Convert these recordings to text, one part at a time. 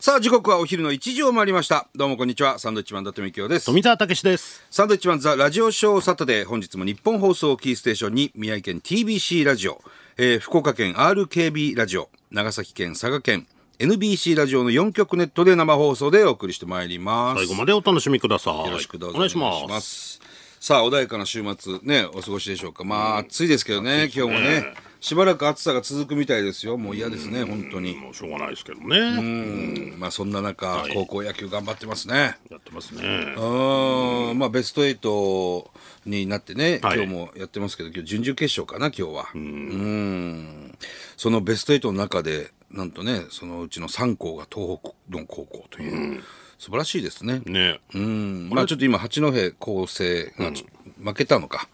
さあ、時刻はお昼の1時を回りました。どうもこんにちは。サンドイッチマン伊達美京です。富澤たけしです。サンドイッチマンザラジオショーサタデー。本日も日本放送をキーステーションに、宮城県 TBC ラジオ、えー福岡県 RKB ラジオ、長崎県佐賀県 NBC ラジオの4局ネットで生放送でお送りしてまいります。最後までお楽しみください。よろしくどうぞお願いします。す。さあ、穏やかな週末、ね、お過ごしでしょうか。まあ、暑いですけどね、今日もね。しばらく暑さが続くみたいですよ。もう嫌ですね、本当に。もうしょうがないですけどね。まあ、そんな中、い高校野球頑張ってますね。やってますね。うん、まあ、ベスト8になってね、はい今日もやってますけど、今日準々決勝かな、今日は。うんそのベスト8の中で、なんとね、そのうちの3校が東北の高校という、素晴らしいですね。ね。うん、まあちょっと今、八戸高生がちょ負けたのか、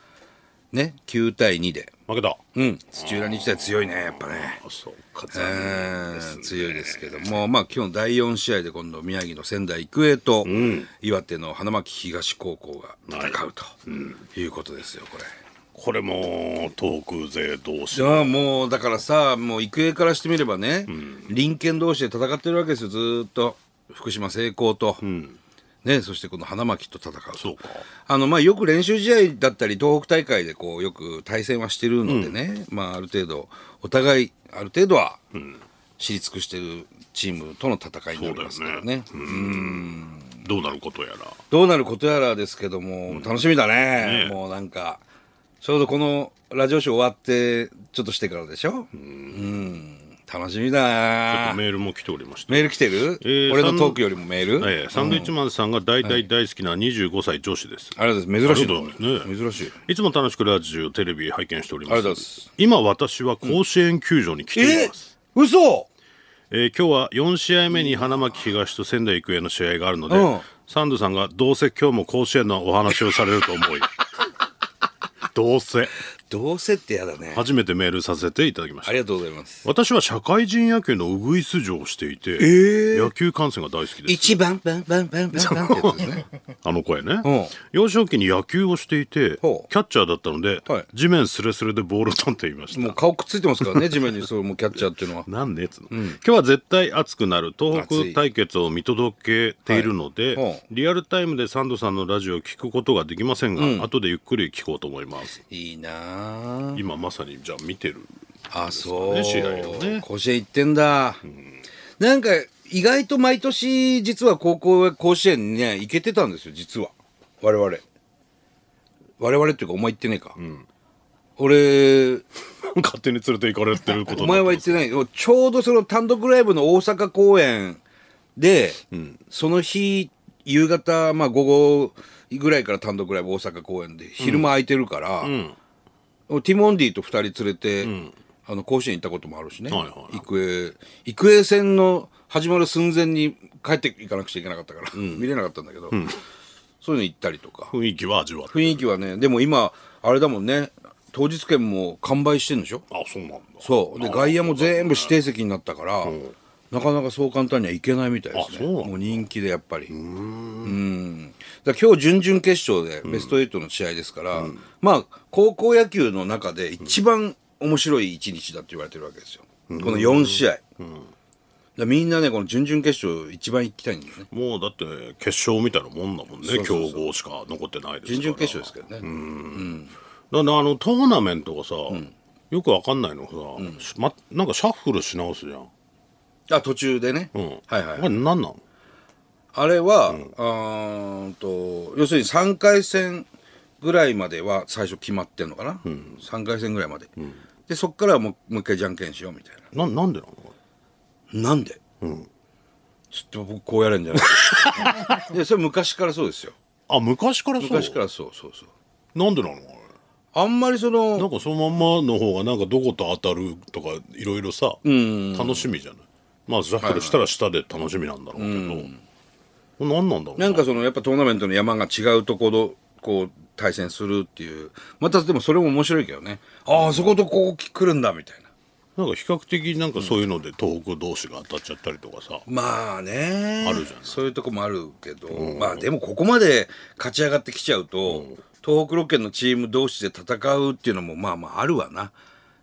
ね、9対2で、負けた。うん、土浦日大強いね、やっぱね。あ、そうか。うん強いですけども、まあ、今日第4試合で今度宮城の仙台育英と岩手の花巻東高校が戦うということですよ、これ。これも東北勢同士じ。ゃあもうだからさもう育英からしてみればね、隣県同士で戦ってるわけですよずーっと福島聖光と、ね、そしてこの花巻と戦うとそうかあのまあよく練習試合だったり東北大会でこうよく対戦はしてるのでね、まあ、ある程度お互いある程度は知り尽くしてるチームとの戦いになりますからねどうなることやら。どうなることやらですけども、楽しみだね、もうなんか、ちょうどこのラジオショー終わって、ちょっとしてからでしょうん。楽しみだなメールも来ておりました。メール来てる、ー俺のトークよりもメール、ええ、サンドイッチマンさんが大体大好きな25歳女子です。あれです、珍しいありがとうございますね珍しい。いつも楽しくラジオ、テレビ拝見しておりあま。りがとうございます今私は甲子園球場に来ています。嘘えー今日は4試合目に花巻東と仙台育英の試合があるので、うんサンドさんがどうせ今日も甲子園のお話をされる と思いどうせどうせってやだね。初めてメールさせていただきまあしたりがとうございます。私は社会人野球のウグイス嬢をしていて、野球観戦が大好きです一番、バンバンバンバンバンってやつですね。あの声ね、うん幼少期に野球をしていてキほャうッチャーだったので、はい地面スレスレでボールを飛んでいましたもう顔くっついてますからね、地面に、そう、もうキャッチャーっていうのは。なんでっつうの、今日は絶対熱くなる東熱い北対決を見届けているので、はいうんリアルタイムでサンドさんのラジオを聞くことができませんが、後でゆっくり聞こうと思いますいいなあ今まさにじゃあ見てるあそう、試合をね甲子園行ってんだ、なんか意外と毎年実は高校へ甲子園にね行けてたんですよ実は我々我々っていうかお前行ってねえか、俺勝手に連れて行かれてることおにな前は行ってまっすてないちょうどその単独ライブの大阪公演で、その日夕方、まあ、午後ぐらいから単独ライブ大阪公演で昼間空いてるから、ティモンディと2人連れて、あの甲子園行ったこともあるしね、はいはい育英育英戦の始まる寸前に帰っていかなくちゃいけなかったから、見れなかったんだけど、そういうの行ったりとか雰囲気は味わって雰囲気はねでも今あれだもんね当日券も完売してんでしょあそうなんだそうで外野も全部指定席になったから、なかなかそう簡単にはいけないみたいですあねそうなんだもう人気でやっぱりうんだから今日準々決勝でベスト8の試合ですから、まあ高校野球の中で一番面白い一日だって言われてるわけですよ、この4試合、だからみんなねこの準々決勝一番行きたいんだよねもうだって決勝みたいなもんだもんうねそうそう強豪しか残ってないですから準々決勝ですけどね、だからあのトーナメントがさ、よくわかんないのがさ、ま、なんかシャッフルし直すじゃん、あ途中でね、うんはいはいこれ何なのあれは、あーんと要するに3回戦ぐらいまでは最初決まってんのかな、3回戦ぐらいまで、でそっからはもうもう一回じゃんけんしようみたいななんでなのななんで、ちょっと僕こうやれんじゃない でそれ昔からそうですよあ昔からそう昔からそうそうそうなんでなのあれあんまりそのなんかそのまんまの方がなんかどこと当たるとかいろいろさ楽しみじゃないまあシャッフルしたら下で楽しみなんだろうけど、これ何なんだろうなんかそのやっぱトーナメントの山が違うところこう対戦するっていうまたでもそれも面白いけどねああそことここ来るんだみたいななんか比較的なんかそういうので東北同士が当たっちゃったりとかさ、まあねあるじゃないそういうとこもあるけど、まあでもここまで勝ち上がってきちゃうと、東北6県のチーム同士で戦うっていうのもまあまああるわな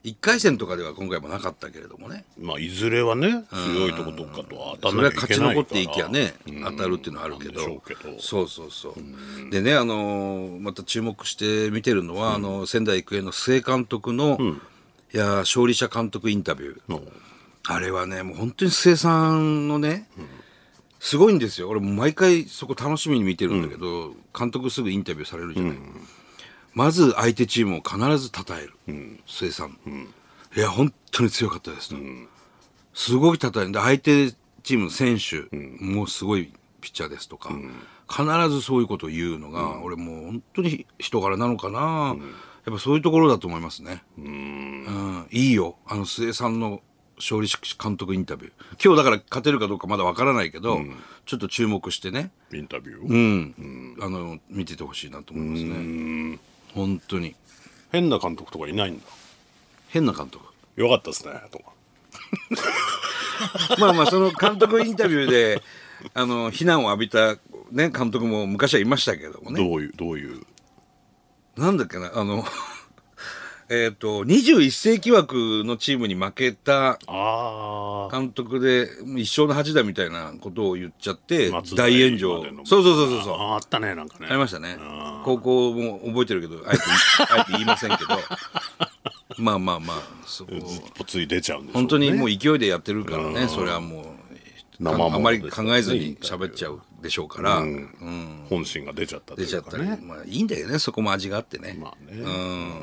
1回戦とかでは今回もなかったけれどもねまあいずれはね強いとことかとは当そたれらなはきゃ勝いけちな残いかっらていきゃね当たるっていうのはあるけなんでしょどうけどそうそうそうでねあのーまた注目して見てるのはあの仙台育英の須江監督のいやー勝利者監督インタビューうんあれはね、もう本当に須江さんのね、すごいんですよ。俺、毎回そこ楽しみに見てるんだけど、監督すぐインタビューされるじゃない。まず相手チームを必ず称える、須江さん,、いや、本当に強かったですと、すごい称える。で、相手チームの選手、もうすごいピッチャーですとか、必ずそういうことを言うのが、俺もう本当に人柄なのかな、やっぱそういうところだと思いますね。うん、いいよあの末さんの勝利監督インタビュー今日だから勝てるかどうかまだわからないけど、ちょっと注目してね、インタビュー、うんあの見ててほしいなと思いますね本当に変な監督とかいないんだ変な監督よかったですねとかまあまあその監督インタビューであの非難を浴びた、ね、監督も昔はいましたけどもねどういうどういうなんだっけなあの えっと21世紀枠のチームに負けたああ監督で一生の恥だみたいなことを言っちゃって松田大炎上までのそうそうそうそうそうあーあったねなんかねありましたねあー高校も覚えてるけどあえて あえて言いませんけどまあまあまあそうずっとつい出ちゃうんでしょうね本当にもう勢いでやってるからねそれはもう生ものあんまりです考からねえずに喋っちゃうでしょうから、うん本心が出ちゃったとい出ちゃうったかり、ねまあいいんだよねそこも味があってね,、まあねうん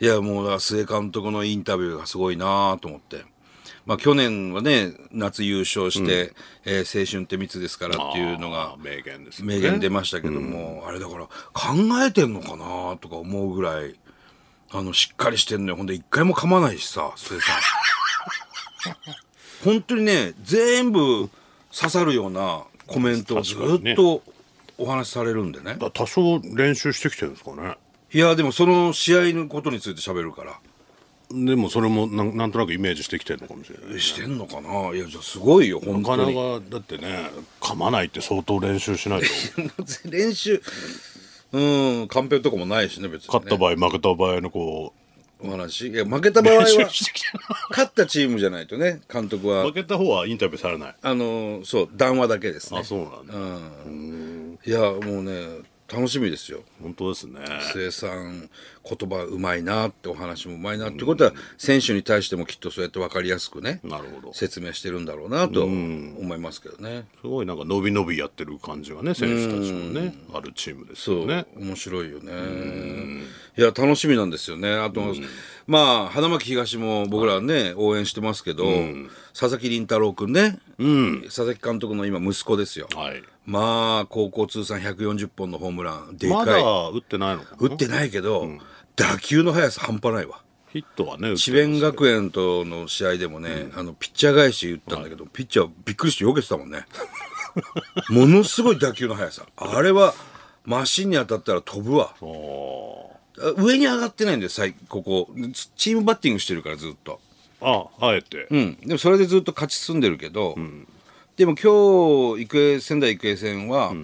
いやもうだから須江監督のインタビューがすごいなと思って。まあ、去年はね夏優勝して、えー青春って密ですからっていうのがあー名言ですよね名言出ましたけども、あれだから考えてんのかなとか思うぐらいあのしっかりしてんのよほんで一回も噛まないしさ末さん 本当にね全部刺さるようなコメントをず確かにっねとお話しされるんでねだ多少練習してきてるんですかねいやでもその試合のことについて喋るからでもそれもなんなんとなくイメージしてきてるのかもしれないねしてんのかないやじゃあすごいよ本なかな当かにだってね噛まないって相当練習 しないと練習うん完璧とかもないしね別に、ね、勝った場合負けた場合のこお話いや負けた場合はう練習してきてる勝ったチームじゃないとね監督は負けた方はインタビューされないあのそう談話だけですねあそうなんだ、いやもうね楽しみですよ本当ですね生産言葉うまいなってお話もうまいなってことは選手に対してもきっとそうやって分かりやすくねなるほどす説明してるんだろうなと思いますけどねごいなんか伸び伸びやってる感じがね選手たちもねあるチームですそうよね面白いよねいや楽しみなんですよねあとまあ花巻東も僕らね応援してますけど佐々木麟太郎くんね佐々木監督の今息子ですよはいまあ高校通算140本のホームランでまかだい打ってないのかな打ってないけど、打球の速さ半端ないわヒットはね打って智弁学園との試合でもね、あのピッチャー返し打ったんだけど、ピッチャーびっくりして避けてたもんね ものすごい打球の速さあれはマシンに当たったら飛ぶわあーあ上に上がってないんだよ最ここチチームバッティングしてるからずっとああえて、うん、でもそれでずっと勝ち進んでるけど、でも今日育英仙台育英戦は、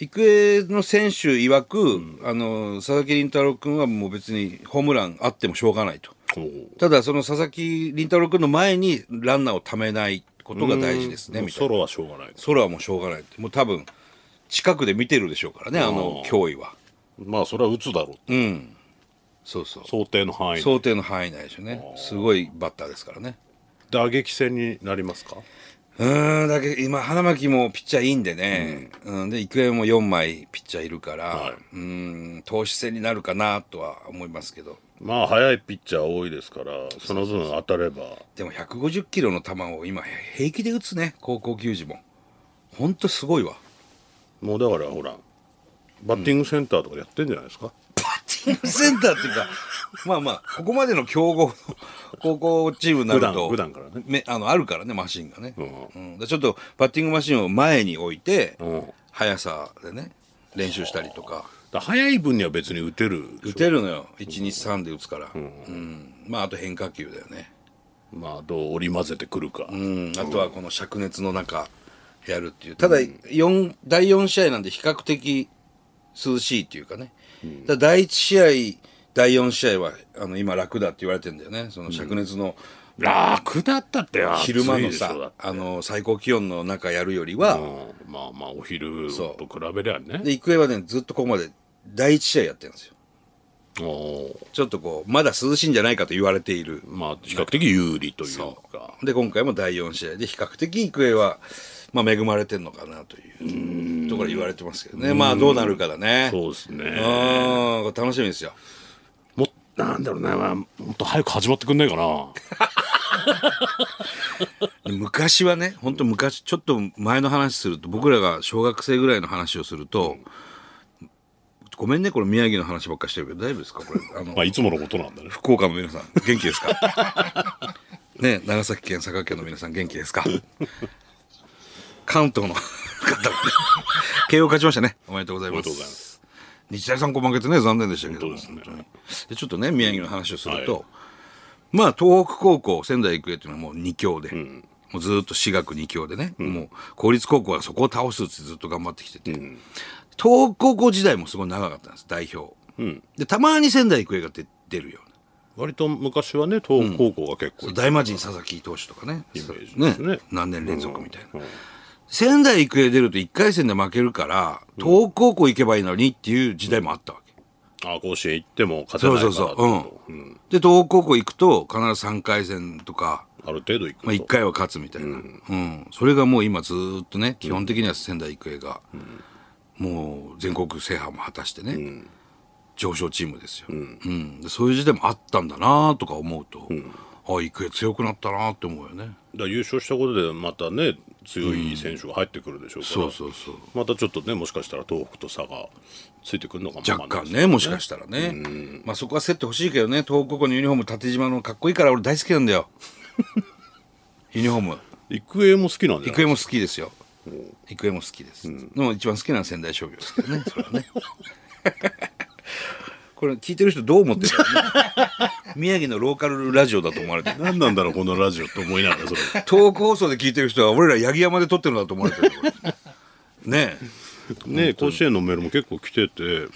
育英の選手曰く、あの佐々木麟太郎君はもう別にホームランあってもしょうがないとおーただその佐々木麟太郎君の前にランナーをためないことが大事ですねもうみたいソなロはしょうがないそれはもうしょうがないってもう多分近くで見てるでしょうからねあの脅威はまあそれは打つだろうってそうそう想定の範囲想定の範囲内でしょうねすごいバッターですからね打撃戦になりますかうーんだけど今花巻もピッチャーいいんでね、うんで育英も4枚ピッチャーいるから、はいうーん投手戦になるかなとは思いますけどまあ速いピッチャー多いですからその分当たればでも150キロの球を今平気で打つね高校球児もほんとすごいわもうだからほらバッティングセンターとかでやってんじゃないですか、バッティングセンターっていうか まあまあここまでの強豪の 高校チームになると普段普段からねめあのあるからねマシンがね、ううんでちょっとバッティングマシンを前に置いて、うん、だか速さでね練習したりとか。ら速い分には別に打てる打てるのよ123で打つから、うんまああと変化球だよね、まあどう織り交ぜてくるか、うん、あとはこの灼熱の中やるっていうただ、四第4試合なんで比較的涼しいっていうかね、だから第1試合第4試合はあの今楽だって言われてんだよねその灼熱の楽だったって暑いで昼しょ間のさ、だってあの最高気温の中やるよりは、うんまあまあお昼そとう比べりゃねで育英はねずっとここまで第1試合やってるんですよおーちょっとこうまだ涼しいんじゃないかと言われているまあ比較的有利というかで今回も第4試合で比較的育英は、まあ、恵まれてるのかなというところ言われてますけどねまあどうなるかだねそうですねあーこれ楽しみですよもっなんだろうね、まあもっと早く始まってくんないかな昔はね本当昔ちょっと前の話すると僕らが小学生ぐらいの話をすると、ごめんねこれ宮城の話ばっかりしてるけど大丈夫ですかこれあのまあいつものことなんだね福岡の皆さん元気ですか ね長崎県佐賀県の皆さん元気ですか関東の方もね慶応勝ちましたねおめでとうございおめまでとうございますす日大三高負けてね残念でしたけどそうですねでちょっとね宮城の話をすると、はいまあ東北高校仙台育英っていうのはもう2強で、もうずーっと私学2強でね、もう公立高校はそこを倒すってずっと頑張ってきてて、東北高校時代もすごい長かったんです代表、でたまに仙台育英が出出るような割と昔はね東北高校が結構、大魔神佐々木投手とかねイメージですね何年連続みたいな、うん仙台育英出ると1回戦で負けるから東北高校行けばいいのにっていう時代もあったわけ、あ甲子園行っても勝てないからそうそうそううんで東北高校行くと必ず3回戦とか、ある程度行くと、まあ、1回は勝つみたいな、うんそれがもう今ずーっとね基本的には仙台育英が、もう全国制覇も果たしてね、上昇チームですよ、うんでそういう時代もあったんだなとか思うと、あ育英強くなったなって思うよねだから優勝したことでまたね強い選手が入ってくるでしょうから、そうそうそうまたちょっとねもしかしたら東北と差がついてくるのかも若干わね、もしかしたらね。まあそこは競ってほしいけどね、東北高校のユニフォーム、縦縞のかっこいいから俺大好きなんだ よ。ユニフォーム。かんない育英も好きなんじゃな育い英も好きですよ。育英も好きです。でも一番好きなのは仙台商業ですけ どね、それはね。これ聞いてる人どう思ってるか、ね、宮城のローカルラジオだと思われてる。何なんだろうこのラジオって思いながらそれ東北放送で聞いてる人は俺ら八木山で撮ってるんだと思われてる。これねね甲子園のメールも結構来てて、え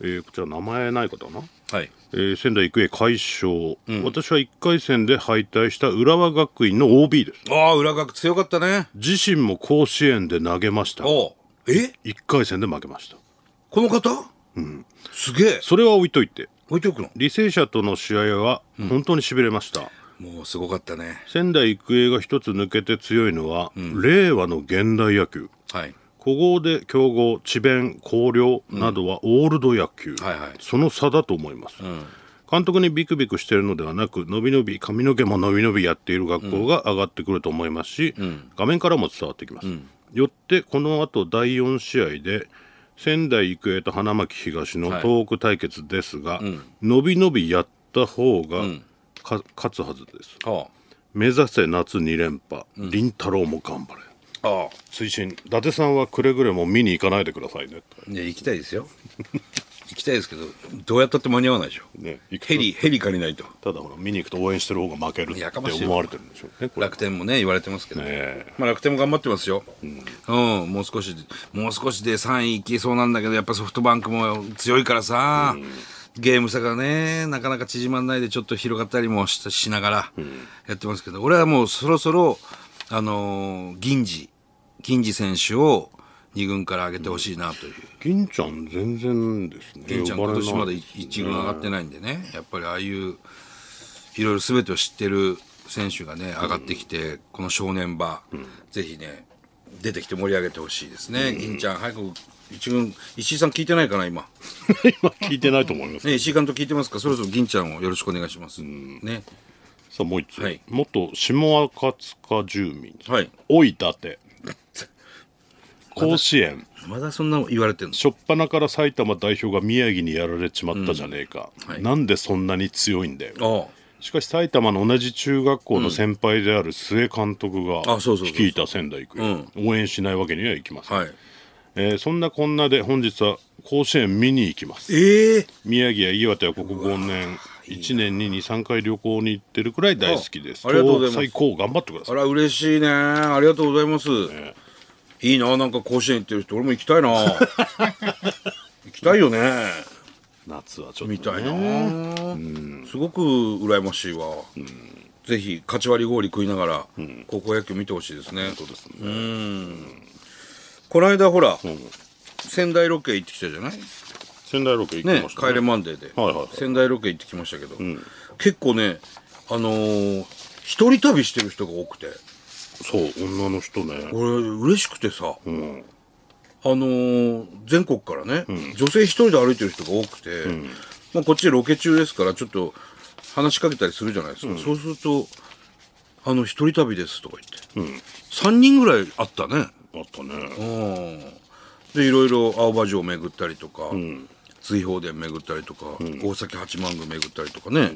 ーこちら名前ない方かなえ。 はい。えー仙台育英快勝、私は1回戦で敗退した浦和学院の OB ですああ、裏学強かったね。自身も甲子園で投げました1おうえ回戦で負けましたこの方うん。すげえ。それは置いといて置いておくの履正社との試合は本当にしびれました、もうすごかったね。仙台育英が一つ抜けて強いのは、令和の現代野球はい。古豪で強豪智弁広陵などはオールド野球、はいはいその差だと思います、監督にビクビクしているのではなく伸び伸び髪の毛も伸び伸びやっている学校が上がってくると思いますし、画面からも伝わってきます、よってこの後第4試合で仙台育英と花巻東の東北対決ですが、伸び伸びやった方が、か勝つはずですは目指せ夏2連覇凛太郎も頑張れあ。ああ。推進伊達さんはくれぐれも見に行かないでくださいねいや、行きたいです よ。行きたいですけど、どうやったって間に合わないでしょ。ね行くとヘリ、ヘリ借りないと。ただほら見に行くと応援してる方が負けるってやかましいわ思われてるんでしょうねこれ楽天もね、言われてますけど。えまあ楽天も頑張ってますよ。うん、もう少し、もう少しで3位行きそうなんだけど、やっぱソフトバンクも強いからさ、ゲーム差がね、なかなか縮まんないで、ちょっと広がったりもししながらやってますけど、俺はもうそろそろ、あのー銀次、銀次選手を2軍から上げてほしいなという。銀ちゃん全然ですね銀ちゃん呼今ばれない年まだ一軍上がってないんでね、やっぱりああいういろいろ全てを知ってる選手がね上がってきて、この正念場、ぜひね出てきて盛り上げてほしいですね、銀ちゃん早く一軍石井さん聞いてないかな今、今聞いてないと思いま すね、石井監督聞いてますかそろそろ銀ちゃんをよろしくお願いします、ねさあもう一つ、はい元下赤塚住民はいおい だて甲子園まだそんな言われてるの初っ端から埼玉代表が宮城にやられちまったじゃねえか、はいなんでそんなに強いんだよああしかし埼玉の同じ中学校の先輩である須江監督があそうそうそうそう率いた仙台育英、応援しないわけにはいきません、はいえーそんなこんなで本日は甲子園見に行きますええ宮城や岩手はここ5年1年に23回旅行に行ってるくらい大好きですあありがとうございます東北最高頑張ってくださあいら嬉しいねありがとうございます、い いななんか甲子園行ってる人俺も行きたいな行きたいよね夏はちょっみとたいね、な、すごく羨ましいわ、ぜひカチ割り氷食いながら高校野球見てほしいですね、そうですねこの間ほら、ん仙台ロケ行ってきたじゃない仙台ロケ行きねました帰ねれマンデーで、はいはいはい仙台ロケ行ってきましたけど、結構ねあのー一人旅してる人が多くてそう女の人ね俺嬉しくてさ、あのー全国からね、女性一人で歩いてる人が多くて、まあ、こっちロケ中ですからちょっと話しかけたりするじゃないですか、そうすると「あの一人旅です」とか言って、三3人ぐらいあったねあったねうんでいろいろ青葉城巡ったりとか、追放殿巡ったりとか、大崎八幡宮巡ったりとかね、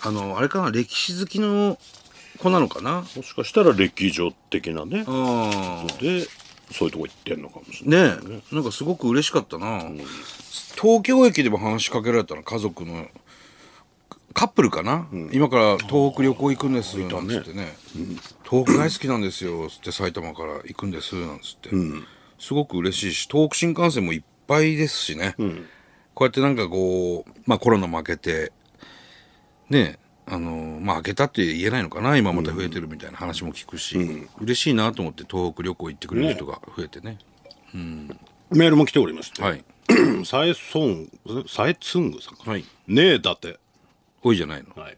あのあれかな歴史好きの子なのかなもしかしたら歴女的なねうんでそういうとこ行ってんのかもしれないねえなんかすごく嬉しかったな、東京駅でも話しかけられたの家族のカップルかな、今から東北旅行行くんですなんつってね東北大好きなんですよつって埼玉から行くんですなんつって、すごく嬉しいし東北新幹線もいっぱいですしね、こうやってなんかこう、まあ、コロナも明けてねえあのまあ明けたって言えないのかな今また増えてるみたいな話も聞くし、嬉しいなと思って東北旅行行ってくれる人が増えてねメールも来ておりまして、はい。サエソンサエツングさんかな、はいねえだて多いじゃないの。はい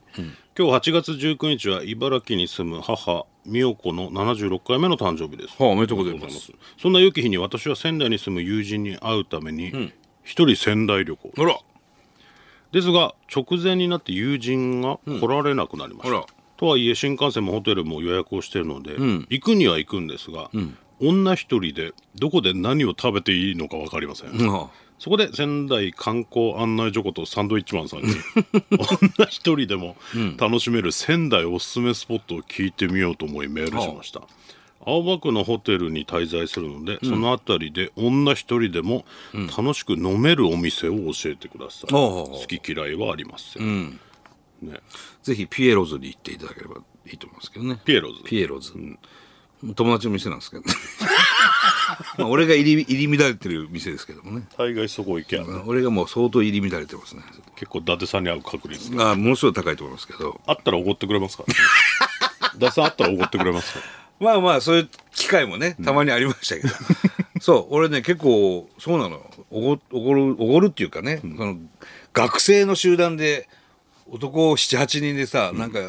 今日8月19日は茨城に住む母美代子の76回目の誕生日です、はあ、おめでとうございます。そんな良き日に私は仙台に住む友人に会うために一人仙台旅行、あら、ですが直前になって友人が来られなくなりました、あらとはいえ新幹線もホテルも予約をしているので、行くには行くんですが、女一人でどこで何を食べていいのか分かりません、うん、あそこで仙台観光案内所ことサンドイッチマン さんに女一人でも楽しめる仙台おすすめスポットを聞いてみようと思いメールしました、青葉区のホテルに滞在するので、その辺りで女一人でも楽しく飲めるお店を教えてくださあい、あ好き嫌いはありません、ね、ぜひピエロズに行っていただければいいと思いますけどね。ピエロズピエロズ。友達の店なんです けど、ね、まあ俺が入り入り乱れてる店ですけどもね。大概そこ行けば、俺がもう相当入り乱れてますね。結構伊達さんに会う確率があものすごい高いと思いますけど。あったらおごってく れますからね伊達さんあったらおごってくれますかまあまあ、そういう機会もね、たまにありましたけど。 そう、俺ね、結構、そうなの。おご、おごる、おごるっていうかね、その、学生の集団で、男7、8人でさ、なんか、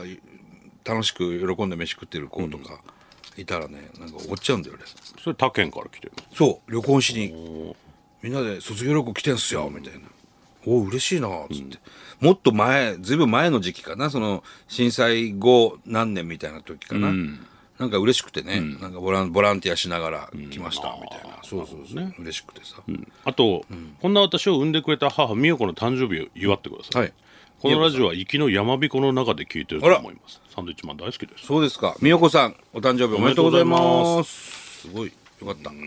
楽しく喜んで飯食ってる子とか、いたらね、なんかおごっちゃうんだよね。らそれ他県から来てるそう、旅行しに、みんなで卒業旅行来てんすよ、みたいな。おう嬉しいな、つって。もっと前、ずいぶん前の時期かな、その、震災後何年みたいな時かな。なんか嬉しくてね、なんかボランボランティアしながら来ました、みたいな。そうそうそう。嬉しくてさ。あと、こんな私を産んでくれた母美代子の誕生日を祝ってください、はい。このラジオは行きの山彦の中で聞いてると思いますサンドイッチマン大好きですそうですか。美代子さん、お誕生日おめでとうございおめでとうございま。ますすごい。よかった。ちょ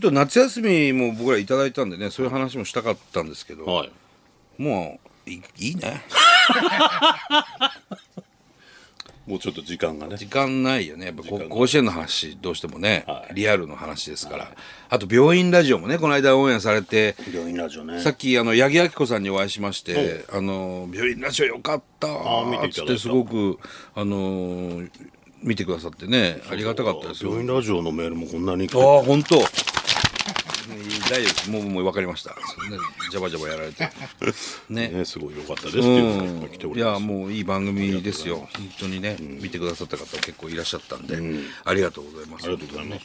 っと夏休みも僕らいただいたんでね、そういう話もしたかったんですけど、はいもういいいね。もうちょっと時間がね時間ないよねやっぱこ間ない甲子園の話どうしてもね、はいリアルの話ですから、あと病院ラジオもねこの間オンエアされて病院ラジオねさっきあの八木亜希子さんにお会いしまして「あの病院ラジオよかった」見ていったつっだいたてすごくあのー見てくださってねありがたかったですよ。病院ラジオのメールもこんなに来あてある本当。大丈夫もうもう分かりました。そんなジャバジャバやられ てねねすごい良かったですっていうのがいっぱい来ておいりまやす、もういい番組ですよ本当にね、見てくださった方結構いらっしゃったんで、ありがとうございますありがとうございます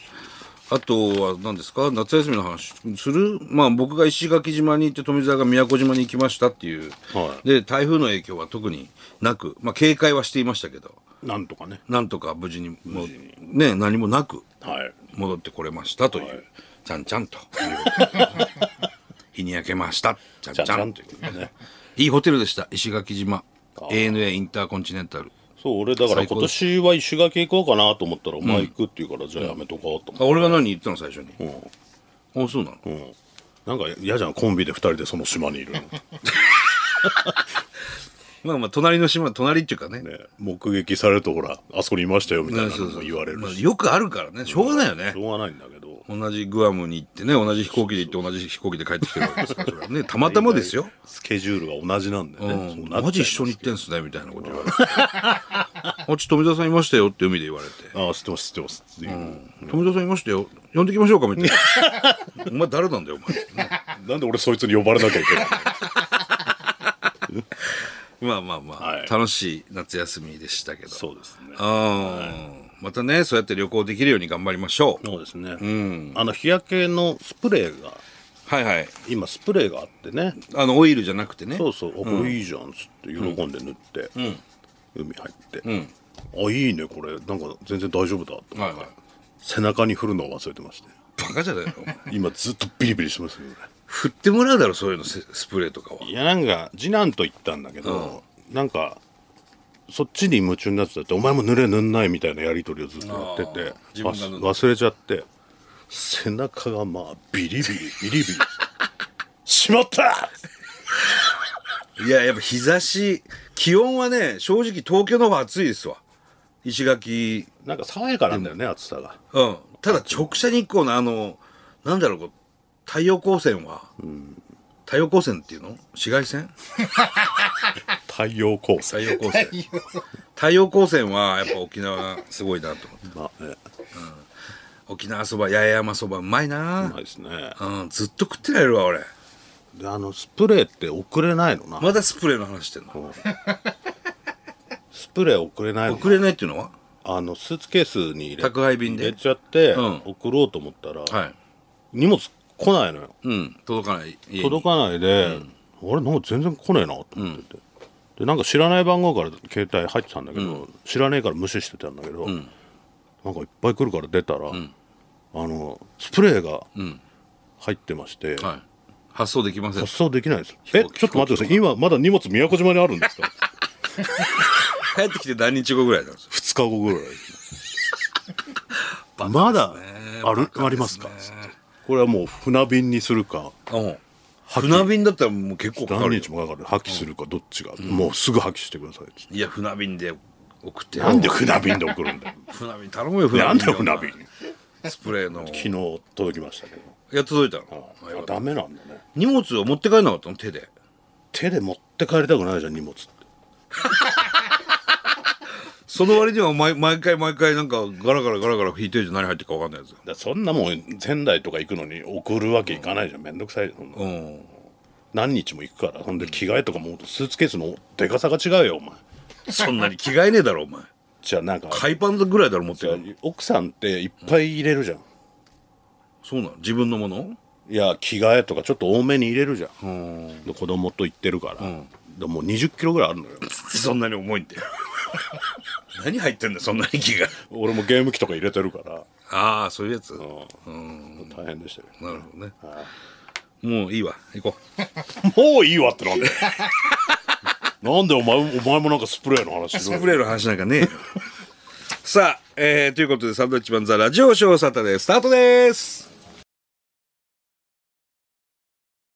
あとは何ですか夏休みの話するまあ僕が石垣島に行って富澤が宮古島に行きましたっていう、はで台風の影響は特になく、まあ、警戒はしていましたけどなんとかねなんとか無事にもうね何もなくはい戻ってこれましたという、ちゃんちゃ んと日に焼けましたちゃんじゃあちちゃゃんんというねいいホテルでした石垣島 ANA インターコンチネンタルそう俺だから最今高で年は石垣行こうかなと思ったらお前行くっていうから、じゃあやめとこうとあ思俺が何言ったの最初にって、あそうなのうんうんなんか嫌じゃんコンビで2人でその島にいるのまあまあ隣の島隣っていうかねね、目撃されるとほらあそこにいましたよみたいなそのうもそう言われるまあし、よくあるからねしょうがないよねしょうがないんだけそどう同じグアムに行ってね同じ飛行機で行って同じ飛行機で帰ってきてるわけですからそ れはねたまたまですよ、スケジュールが同じなんでね、うん、そうなっちゃいますマジ一緒に行ってんすねみたいなこと言われてあっち富田さんいましたよって海で言われてああ知ってます知ってますっていう、富田さんいましたよ呼んできましょうかみたい なお前誰なんだよお前なんで俺そいつに呼ばれなきゃいけないのまあまあまあ、はい楽しい夏休みでしたけどそうですねあーまたねそうやって旅行できるように頑張りましょうそうですね、あの日焼けのスプレーがはいはい今スプレーがあってねあのオイルじゃなくてねそうそう、あこれいいじゃんっつって喜んで塗って、海入って、あいいねこれなんか全然大丈夫だと思って、はいはい背中に振るのを忘れてましてバカじゃないのお 前今ずっとビリビリしてますよ俺振ってもらうだろそういうのススプレーとかはいやなんか次男と行ったんだけど、なんかそっちに夢中になってたってお前も濡れ塗んないみたいなやり取りをずっとやっててあー自分が塗る忘忘れちゃって背中がまあビリビリビリビリしまったいややっぱ日差し気温はね正直東京の方が暑いですわ石垣なんか爽やかなんだよね暑さがうんただ直射日光のあのなんだろうこう太陽光線は、太陽光線っていうの紫外線太陽光線 太陽光線太陽光線はやっぱ沖縄すごいなと思ってまあね沖縄そば八重山そばうまいなうまいですねうん、ずっと食ってられるわ俺であのスプレーって送れないのな、まだスプレーの話してんのスプレー送れないのな送れないっていうのはあのスーツケースに入れ宅配便で入れちゃって、うん送ろうと思ったら、はい荷物来ないのようん届かない家に届かないで、あれなんか全然来ねえなと思ってて、でなんか知らない番号から携帯入ってたんだけど、知らねえから無視してたんだけど、なんかいっぱい来るから出たら、あのスプレーが入ってまして、はい発送できま せん発送できないですえ行機ちょっと待ってください今まだ荷物宮古島にあるんですか 帰ってきて何日後ぐらいなんですよ二日後ぐらいまだあるありますかつってこれはもう船便にするかうん船便だったらもう結構かか何るよ日もかかる破棄するかどっちが、もうすぐ破棄してくださいつっていや船便で送ってよなんで船便で送るんだよ。船便頼むよ船 な便んで船便。スプレーの昨日届きましたけど。いや届いたのあダメなんだね。荷物を持って帰んなかったの手で手で持って帰りたくないじゃん荷物って。その割には毎毎回毎回なんかガラガラガラガラ引いてるじゃん何入ってるか分かんないやつだそんなもん仙台とか行くのに送るわけいかないじゃん。めんどくさい。そんなうん何日も行くから。ほんで着替えとかもスーツケースのでかさが違うよお前。そんなに着替えねえだろお前じゃあなんか海パンぐらいだろ持ってじゃあるの奥さんっていっぱい入れるじゃん。そうなの自分のものいや着替えとかちょっと多めに入れるじゃん。で子供と行ってるから。でもう20キロぐらいあるのよ。 そんなに重いんだよ 何入ってんだよそんなに着替え俺もゲーム機とか入れてるから。ああそういうやつなる大変でしたよ。ほどねもういいわ行こうもういいわってなんでなんでお前お前もなんかスプレーの話しろスよプレーの話なんかねえよさあ、えーということでサンドウィッチマンザラジオショーサタデースタートです